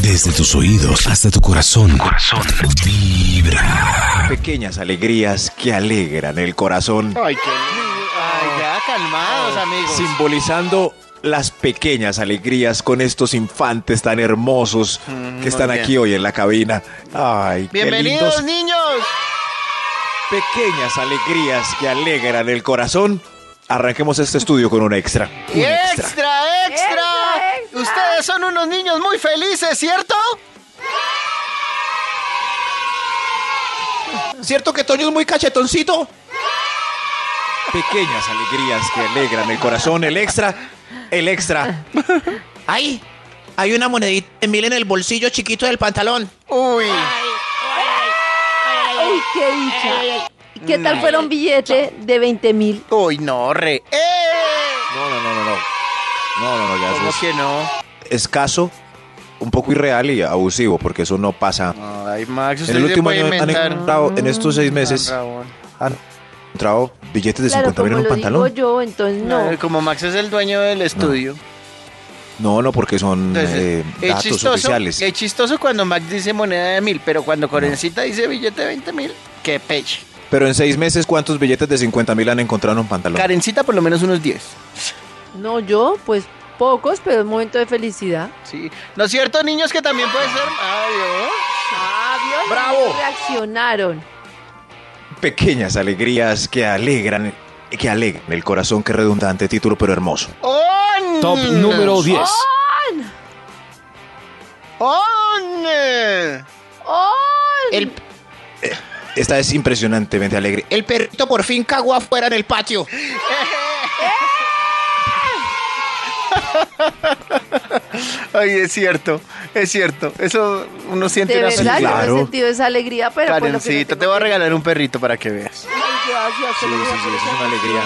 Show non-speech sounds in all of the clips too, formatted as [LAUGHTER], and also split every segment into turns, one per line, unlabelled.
Desde tus oídos hasta tu corazón. Corazón. Vibra.
Pequeñas alegrías que alegran el corazón.
Ay, qué lindo. Ay, ya calmados, amigos.
Simbolizando las pequeñas alegrías con estos infantes tan hermosos
Mm,
que están
muy bien.
aquí hoy en la cabina. Ay, qué
Bienvenidos,
lindos.
niños.
Pequeñas alegrías que alegran el corazón. Arranquemos este estudio con un extra. Un extra.
Extra, extra.
Extra, extra.
Ustedes son unos niños muy felices, ¿cierto?
¿Cierto que Toño es muy cachetoncito? Pequeñas alegrías que alegran el corazón. El extra, el extra.
¡Ay! Hay una monedita de mil en el bolsillo chiquito del pantalón.
Uy.
¡Ay, qué dicha! ¿Qué tal fuera un billete de 20 mil?
Uy, no, re. ¡Eh!
No, no, no, no, no. No, no, no, ya eso
¿Cómo
es
que no?
escaso, un poco irreal y abusivo, porque eso no pasa.
Ay, Max, usted
en el
se
último
puede
año han
inventar. Mm,
encontrado, en estos seis meses,
Tan rabón.
han encontrado billetes de
Claro,
50 mil
como
en un
lo digo
pantalón.
yo, entonces no.
No, Como Max es el dueño del estudio.
No, no, porque son
Entonces,
eh, datos oficiales.
Es chistoso cuando Max dice moneda de mil, pero cuando Corencita dice billete de 20 mil, qué peche.
Pero en seis meses, ¿cuántos billetes de 50 mil han encontrado en un pantalón?
Karencita por lo menos unos 10.
No yo, pues pocos, pero es momento de felicidad.
Sí. ¿No es cierto, niños, que también puede ser? ¿eh? Adiós.
¡Ah, vio!
¡Bravo!
Reaccionaron.
Pequeñas alegrías que alegran, que alegran el corazón, qué redundante título, pero hermoso.
¡On!
Top número 10.
¡On!
¡Ay!
El,
Esta es impresionantemente alegre.
el perrito por fin cagó afuera en el patio.
Ay, es cierto, es cierto. Eso uno siente
De
una
verdad,
felicidad.
yo no
Claro.
he sentido esa alegría, pero pues lo que
Karencita,
no
te voy a
tengo
regalar un perrito para que veas.
que- Ay, gracias,
Sí,
te lo voy a
sí, sí, eso es
hacer.
una alegría.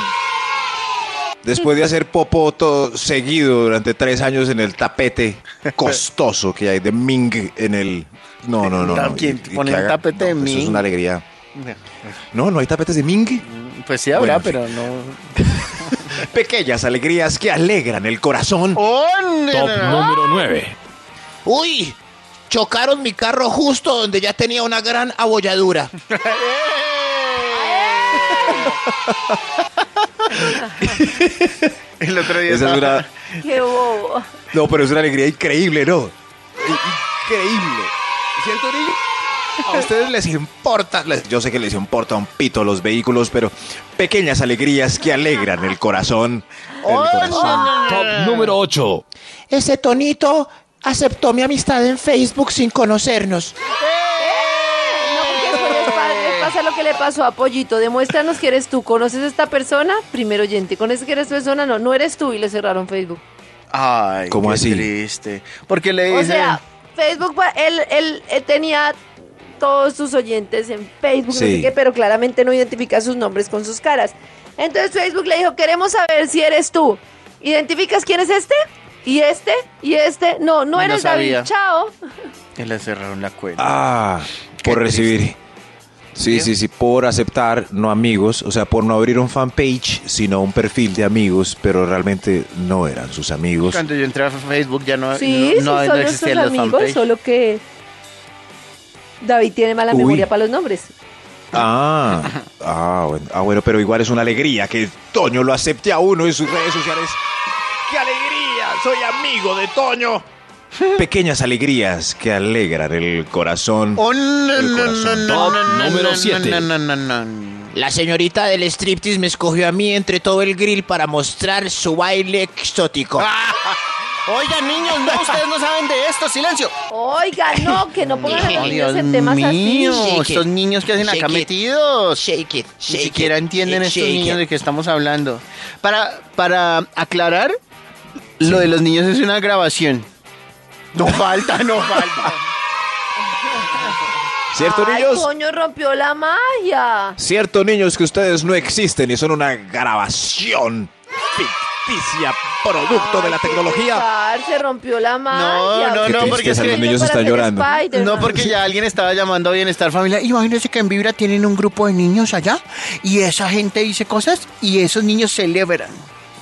Después de hacer popoto seguido durante tres años en el tapete costoso que hay de Ming en el... No, no, no. no.
¿Quién
y-
te
y
pone
que
el tapete de
pues Eso es
Ming?
una alegría. No, no hay tapetes de Ming.
Pues sí habrá,
Bueno,
pero no.
Pequeñas alegrías que alegran el corazón.
¡On!
Top número 9.
¡Uy! Chocaron mi carro justo donde ya tenía una gran abolladura.
El otro día
Esa es
estaba-
una...
Qué bobo.
No, pero es una alegría increíble, ¿no? Increíble. ¿Cierto, niño? A ustedes les importa, les- yo sé que les importa un pito los vehículos, pero pequeñas alegrías que alegran el corazón. El corazón.
Top número 8.
Ese tonito aceptó mi amistad en Facebook sin conocernos.
No, porque después les pa- les pasa lo que le pasó a Pollito. Demuéstranos que eres tú. ¿Conoces a esta persona? Primer oyente. ¿Conoces que eres persona? No, no eres tú y le cerraron Facebook.
Ay,
¿Cómo
qué
así?
triste. Porque le
O
dicen.
sea, Facebook, pa- él, él, él tenía todos sus oyentes en Facebook, no
Sí.
sé qué, pero claramente no identifica sus nombres con sus caras. Entonces Facebook le dijo, queremos saber si eres tú. ¿Identificas quién es este? ¿Y este? ¿Y este? No, no
No
eres
sabía.
David. Chao.
que le cerraron la cuenta.
Ah, por
Qué
recibir. Sí, sí, sí, por aceptar, no amigos, o sea, por no abrir un fanpage, sino un perfil de amigos, pero realmente no eran sus amigos.
Cuando yo entré a Facebook ya no,
Sí,
Ah, no, no
sí, son nuestros
existían los
amigos,
fanpage.
solo que David tiene mala
Uy.
memoria para los nombres.
Ah, ah, bueno, ah, bueno, pero igual es una alegría que Toño lo acepte a uno en sus redes sociales. ¡Qué alegría! ¡Soy amigo de Toño! Pequeñas alegrías que alegran el corazón.
Oh, no,
El
no, no,
corazón.
no,
Top
no, no,
número
no,
siete.
no, no, no, no.
La señorita del striptease me escogió a mí entre todo el grill para mostrar su baile exótico.
Ah. Oigan, niños, no, ustedes no saben de esto,
[LAUGHS]
silencio.
Oiga, no, que no
[LAUGHS]
pongan a los
Oh,
niños
Dios
en temas
mío,
así.
Shake it.
estos niños que hacen acá
Shake it.
metidos.
Oh, Shake it,
Ni
shake
siquiera
it,
entienden estos
shake
niños
it.
de qué estamos hablando. Para, para aclarar, lo de los niños es una grabación. No falta, no falta.
¿Cierto,
Ay,
niños?
Toño rompió la magia.
¿Cierto, niños, que ustedes no existen y son una grabación ficticia, producto de la
Ay, qué
tecnología?
pesar, se rompió la magia.
no,
Qué
no,
tristeza,
porque es que-
los niños
Para
están
hacer
llorando.
Spider-Man.
No, porque ya alguien estaba llamando a Bienestar Familiar. Imagínense que en Vibra tienen un grupo de niños allá y esa gente dice cosas y esos niños celebran.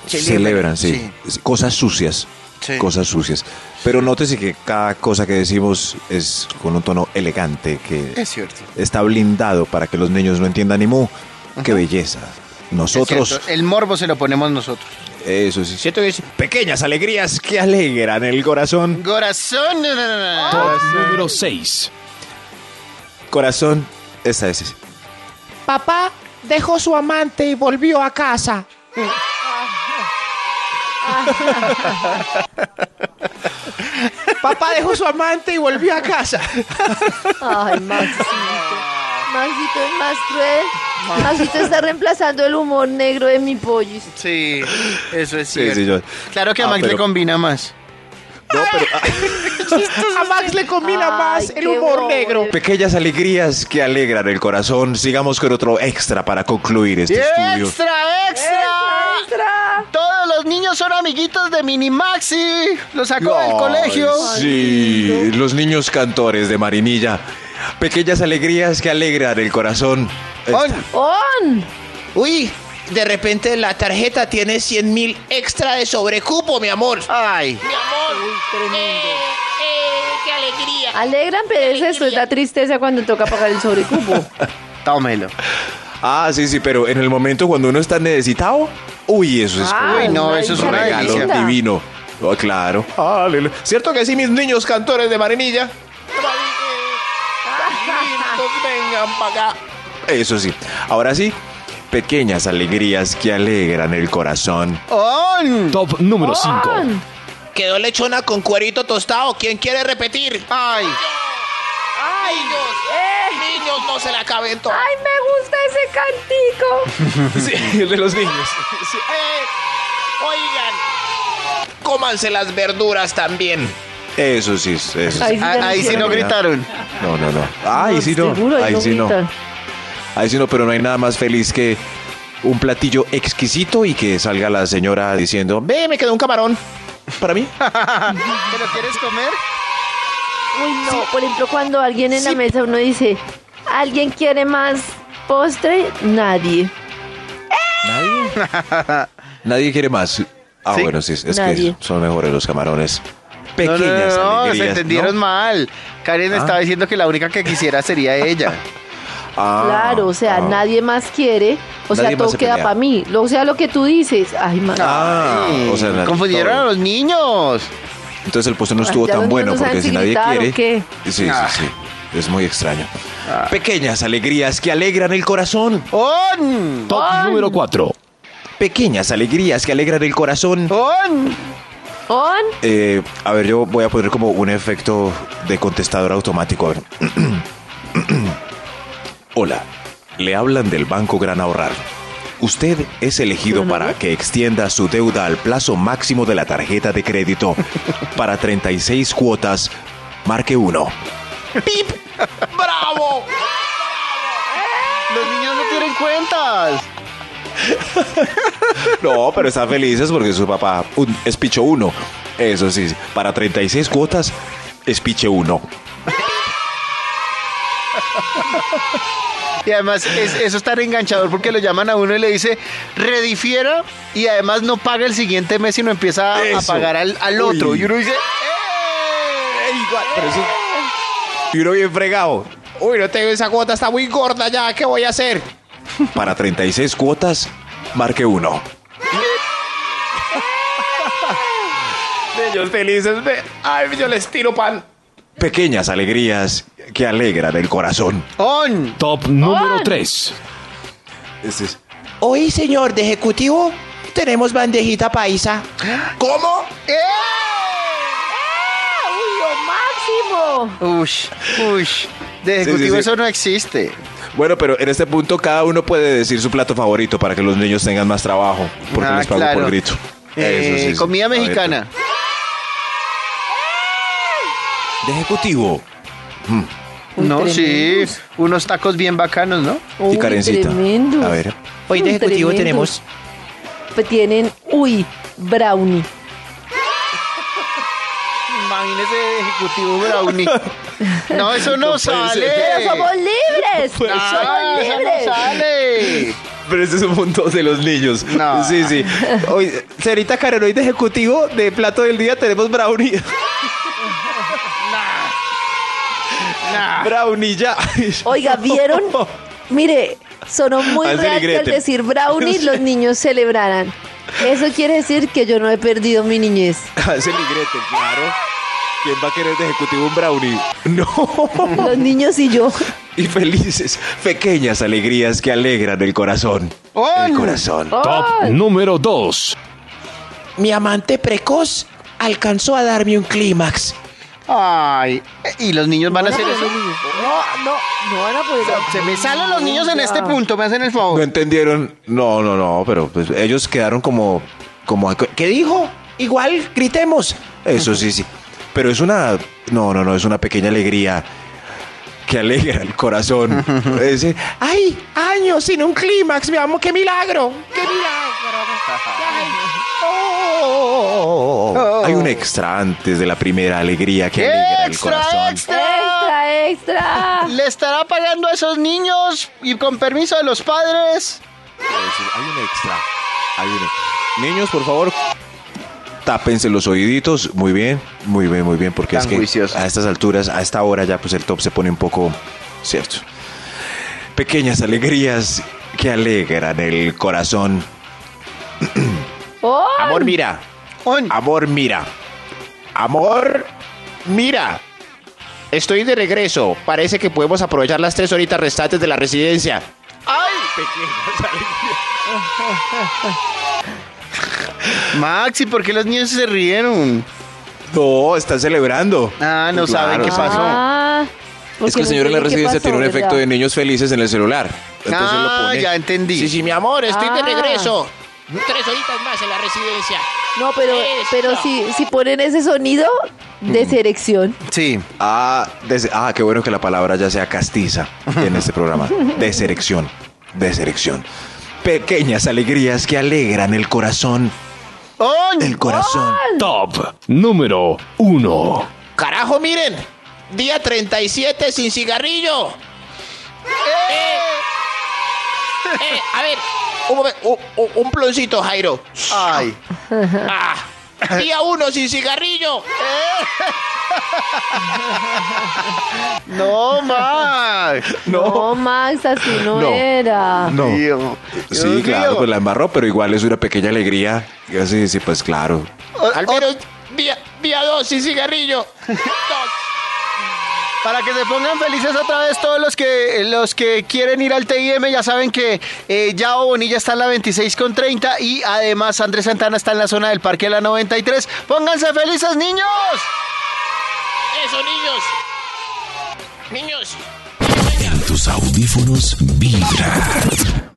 Celebran, sí. Cosas sucias.
Sí.
Cosas sucias. Pero nótese que cada cosa que decimos es con un tono elegante que
Es cierto.
está blindado para que los niños no entiendan ni mu. ¡Qué belleza!
Es
Nosotros,
cierto, El morbo se lo ponemos nosotros.
eso sí, siento que es pequeñas alegrías que alegran el corazón.
Corazón. na, na, na.
Ah.
Top número 6.
Corazón, esa es.
Papá dejó su amante y volvió a casa. Papá dejó su amante y volvió a casa.
[LAUGHS] Ay, Maxito. Maxito es más cruel. Maxito está reemplazando el humor negro de mi pollis.
Sí, eso es
Sí,
cierto.
sí, yo-
Claro que a
Ah,
Max le
pero-
combina más.
No, pero, ah,
A Max le combina
Ay,
más
qué
el humor
bobo.
negro.
pequeñas alegrías que alegran el corazón. Sigamos con otro extra para concluir este estudio.
¡Extra, extra! ¿Eh?
¡Extra!
Todos los niños son amiguitos de Mini Maxi. Lo sacó del
Ay,
colegio.
Sí, los niños cantores de Marinilla. Pequeñas alegrías que alegran el corazón.
On.
¡On!
Uy, de repente la tarjeta tiene 100 mil extra de sobrecupo, mi amor.
Ay,
Eh, Alegran, pero es esto, es la tristeza cuando toca pagar
[LAUGHS]
el sobrecupo.
tómelo.
Ah, sí, sí, pero en el momento cuando uno está necesitado, uy, eso es
Ah,
Uy, no, eso es
un
una
regalo
delicia.
divino. Oh, claro. Aleluya. ¿Cierto que sí, mis niños cantores de Marinilla? Vengan para acá. Eso sí. Ahora sí, pequeñas alegrías que alegran el corazón.
¡On!
Top número 5.
¡On!
Quedó lechona con cuerito tostado. ¿Quién quiere repetir?
¡Ay! Eh.
¡Ay, Dios! Niños, no se la caben todos.
¡Ay, me gusta ese cantico!
Sí, el de los niños.
eh, Oigan, cómanse las verduras también.
Eso sí, eso sí.
Ahí sí,
Ah, Ahí sí no gritaron.
No, no, no. Ahí sí no.
Seguro,
Ahí sí no.
gritan.
Ahí sí no, pero no hay nada más feliz que un platillo exquisito y que salga la señora diciendo, ve, me quedó un camarón para mí.
¿Te lo quieres comer?
Uy, no. Por ejemplo, cuando alguien en la mesa uno dice, ¿alguien quiere más postre? Nadie.
Nadie.
[LAUGHS]
Nadie quiere más. Ah,
Sí.
bueno, sí, es
Nadie.
que son mejores los camarones. Pequeñas
no, no, no,
alegrías,
se entendieron
¿no?
mal. Karen estaba diciendo que la única que quisiera sería ella.
Ah,
claro, o sea,
ah.
nadie más quiere. O sea,
Nadie más
todo
se
queda
pelea.
para mí. Lo, o sea, lo que tú dices. Ay, man.
Ah,
Ay,
o sea, la-
confundieron
todo.
a los niños.
Entonces el postre no estuvo
ya
tan
los
bueno
niños no
porque si
saben
nadie
si gritar o
quiere.
qué.
Sí, sí,
Ah.
sí. Es muy extraño. Pequeñas alegrías que alegran el corazón.
Oh, ¡On!
Top número 4.
Pequeñas alegrías que alegran el corazón.
¡On!
On.
Eh, a ver, yo voy a poner como un efecto de contestador automático. A ver. [CLEARS THROAT] Hola, le hablan del Banco Gran Ahorrar. Usted es elegido para que extienda su deuda al plazo máximo de la tarjeta de crédito. Para 36 cuotas, marque 1.
¡Bravo!
Los niños no tienen cuentas.
No, pero están felices porque su papá un- es picho 1. Eso sí, para 36 cuotas, es piche 1.
Y además es, eso está re enganchador porque lo llaman a uno y le dice, redifiera y además no paga el siguiente mes sino empieza a- a
Eso.
pagar al, al
Uy.
otro. Y uno dice, "Eh".
Pero eso- Y uno bien fregado.
Uy, no tengo esa cuota, está muy gorda ya. ¿Qué voy a hacer?
Para 36 cuotas, marque uno.
Ellos felices. ve. Ay, yo les tiro pan.
Pequeñas alegrías que alegran el corazón.
on.
Top número 3.
Este es-
Hoy, señor de ejecutivo, tenemos bandejita paisa. ¿Cómo?
¡Eh! ¡Uy, lo máximo!
Ush, ush. De
Sí, sí,
ejecutivo
sí.
eso no existe.
Bueno, pero en este punto cada uno puede decir su plato favorito para que los niños tengan más trabajo. Porque
Ah,
les pago
claro.
por grito.
Eh,
Eso sí, sí.
comida
A ver,
mexicana.
De ejecutivo.
Uy,
no, sí.
tremendos.
Unos tacos bien bacanos, ¿no?
Uy,
y carencita.
tremendos.
A ver.
Hoy
Uy,
de ejecutivo
tremendos.
tenemos.
Pues Tienen, uy, brownie.
Imagínese ejecutivo brownie. [LAUGHS] No, eso no, sale.
¡Pero somos libres!
Ah,
¡Somos
eso
libres!
no sale.
Pero este es un punto de los niños.
No.
Sí, sí. Hoy, señorita Karen, hoy de ejecutivo de plato del día tenemos brownie. Brownie ya. [LAUGHS]
[LAUGHS]
Oiga, ¿vieron? Mire, sonó muy
Hansel y
real que al
Gretel.
decir
[LAUGHS]
brownie
Sí.
los niños celebraran. Eso quiere decir que yo no he perdido mi niñez.
Hansel y Gretel, claro. ¿Quién va a querer de ejecutivo un brownie? [LAUGHS] No.
Los niños y yo.
Y felices, pequeñas alegrías que alegran el corazón. El corazón.
Top número 2.
Mi amante precoz alcanzó a darme un clímax.
Ay, y los niños van a hacer eso.
No, no, no van a poder.
Se me salen los niños en este punto, me hacen el
No
favor.
entendieron. No, no, no, pero pues ellos quedaron como. como
¿Qué dijo? Igual gritemos.
Eso sí, sí. Pero es una. No, no, no, es una pequeña alegría que alegra el
[LAUGHS]
corazón. Ese, ah,
¡Ay! ¡Años sin un clímax! ¡Me amo! ¡Qué milagro! ¡Qué milagro! Ay, oh.
Oh.
Hay un extra antes de la primera alegría que alegra el
¡Extra,
corazón.
extra!
Extra,
[LAUGHS]
extra.
¿Le estará pagando a esos niños y con permiso de los padres?
Eso, Hay un extra. Hay un extra. Niños, por favor, tápense los oíditos. Muy bien, muy bien, muy bien. Porque
Tan
es que
juiciosos.
a estas alturas, a esta hora ya, pues el top se pone un poco. Cierto. Pequeñas alegrías que alegran el corazón.
Oh,
Amor, mira.
On.
Amor, mira. Amor, mira.
Estoy de regreso. Parece que podemos aprovechar las tres horitas restantes de la residencia.
Maxi, ¿por qué los niños se rieron?
No, están celebrando.
Ah, no saben qué pasó.
Ah,
Es que el señor en la residencia tiene un efecto de niños felices en el celular. Entonces
ah,
lo pone.
ya entendí.
Sí, sí, mi amor, estoy de
Ah.
regreso. Tres horitas más en la residencia.
No, pero, pero si, si ponen ese sonido,
Mm.
deserección.
Sí.
Ah, des- ah, qué bueno que la palabra ya sea castiza en este
[LAUGHS]
programa. Deserección. Deserección. Pequeñas alegrías que alegran el corazón.
On.
El corazón.
Top número 1.
Carajo, miren. Día 37 sin cigarrillo. Eh, eh, a ver, un, momen- u- u- un ploncito, Jairo.
Ay.
Ah, día 1 sin cigarrillo.
[LAUGHS]
No, Max.
No, Max, así no,
No.
era.
No.
Dios
Sí,
mío.
claro, pues la embarró, pero igual es una pequeña alegría. Y así, sí, pues claro.
O-
Al
o-
menos día, día 2 sin cigarrillo. Dos.
Para que se pongan felices otra vez todos los que los que quieren ir al TIM, ya saben que eh, Yao Bonilla está en la 26 con 30 y además Andrés Santana está en la zona del Parque de la 93. ¡Pónganse felices, niños!
Eso, niños. Niños.
En tus audífonos vibra.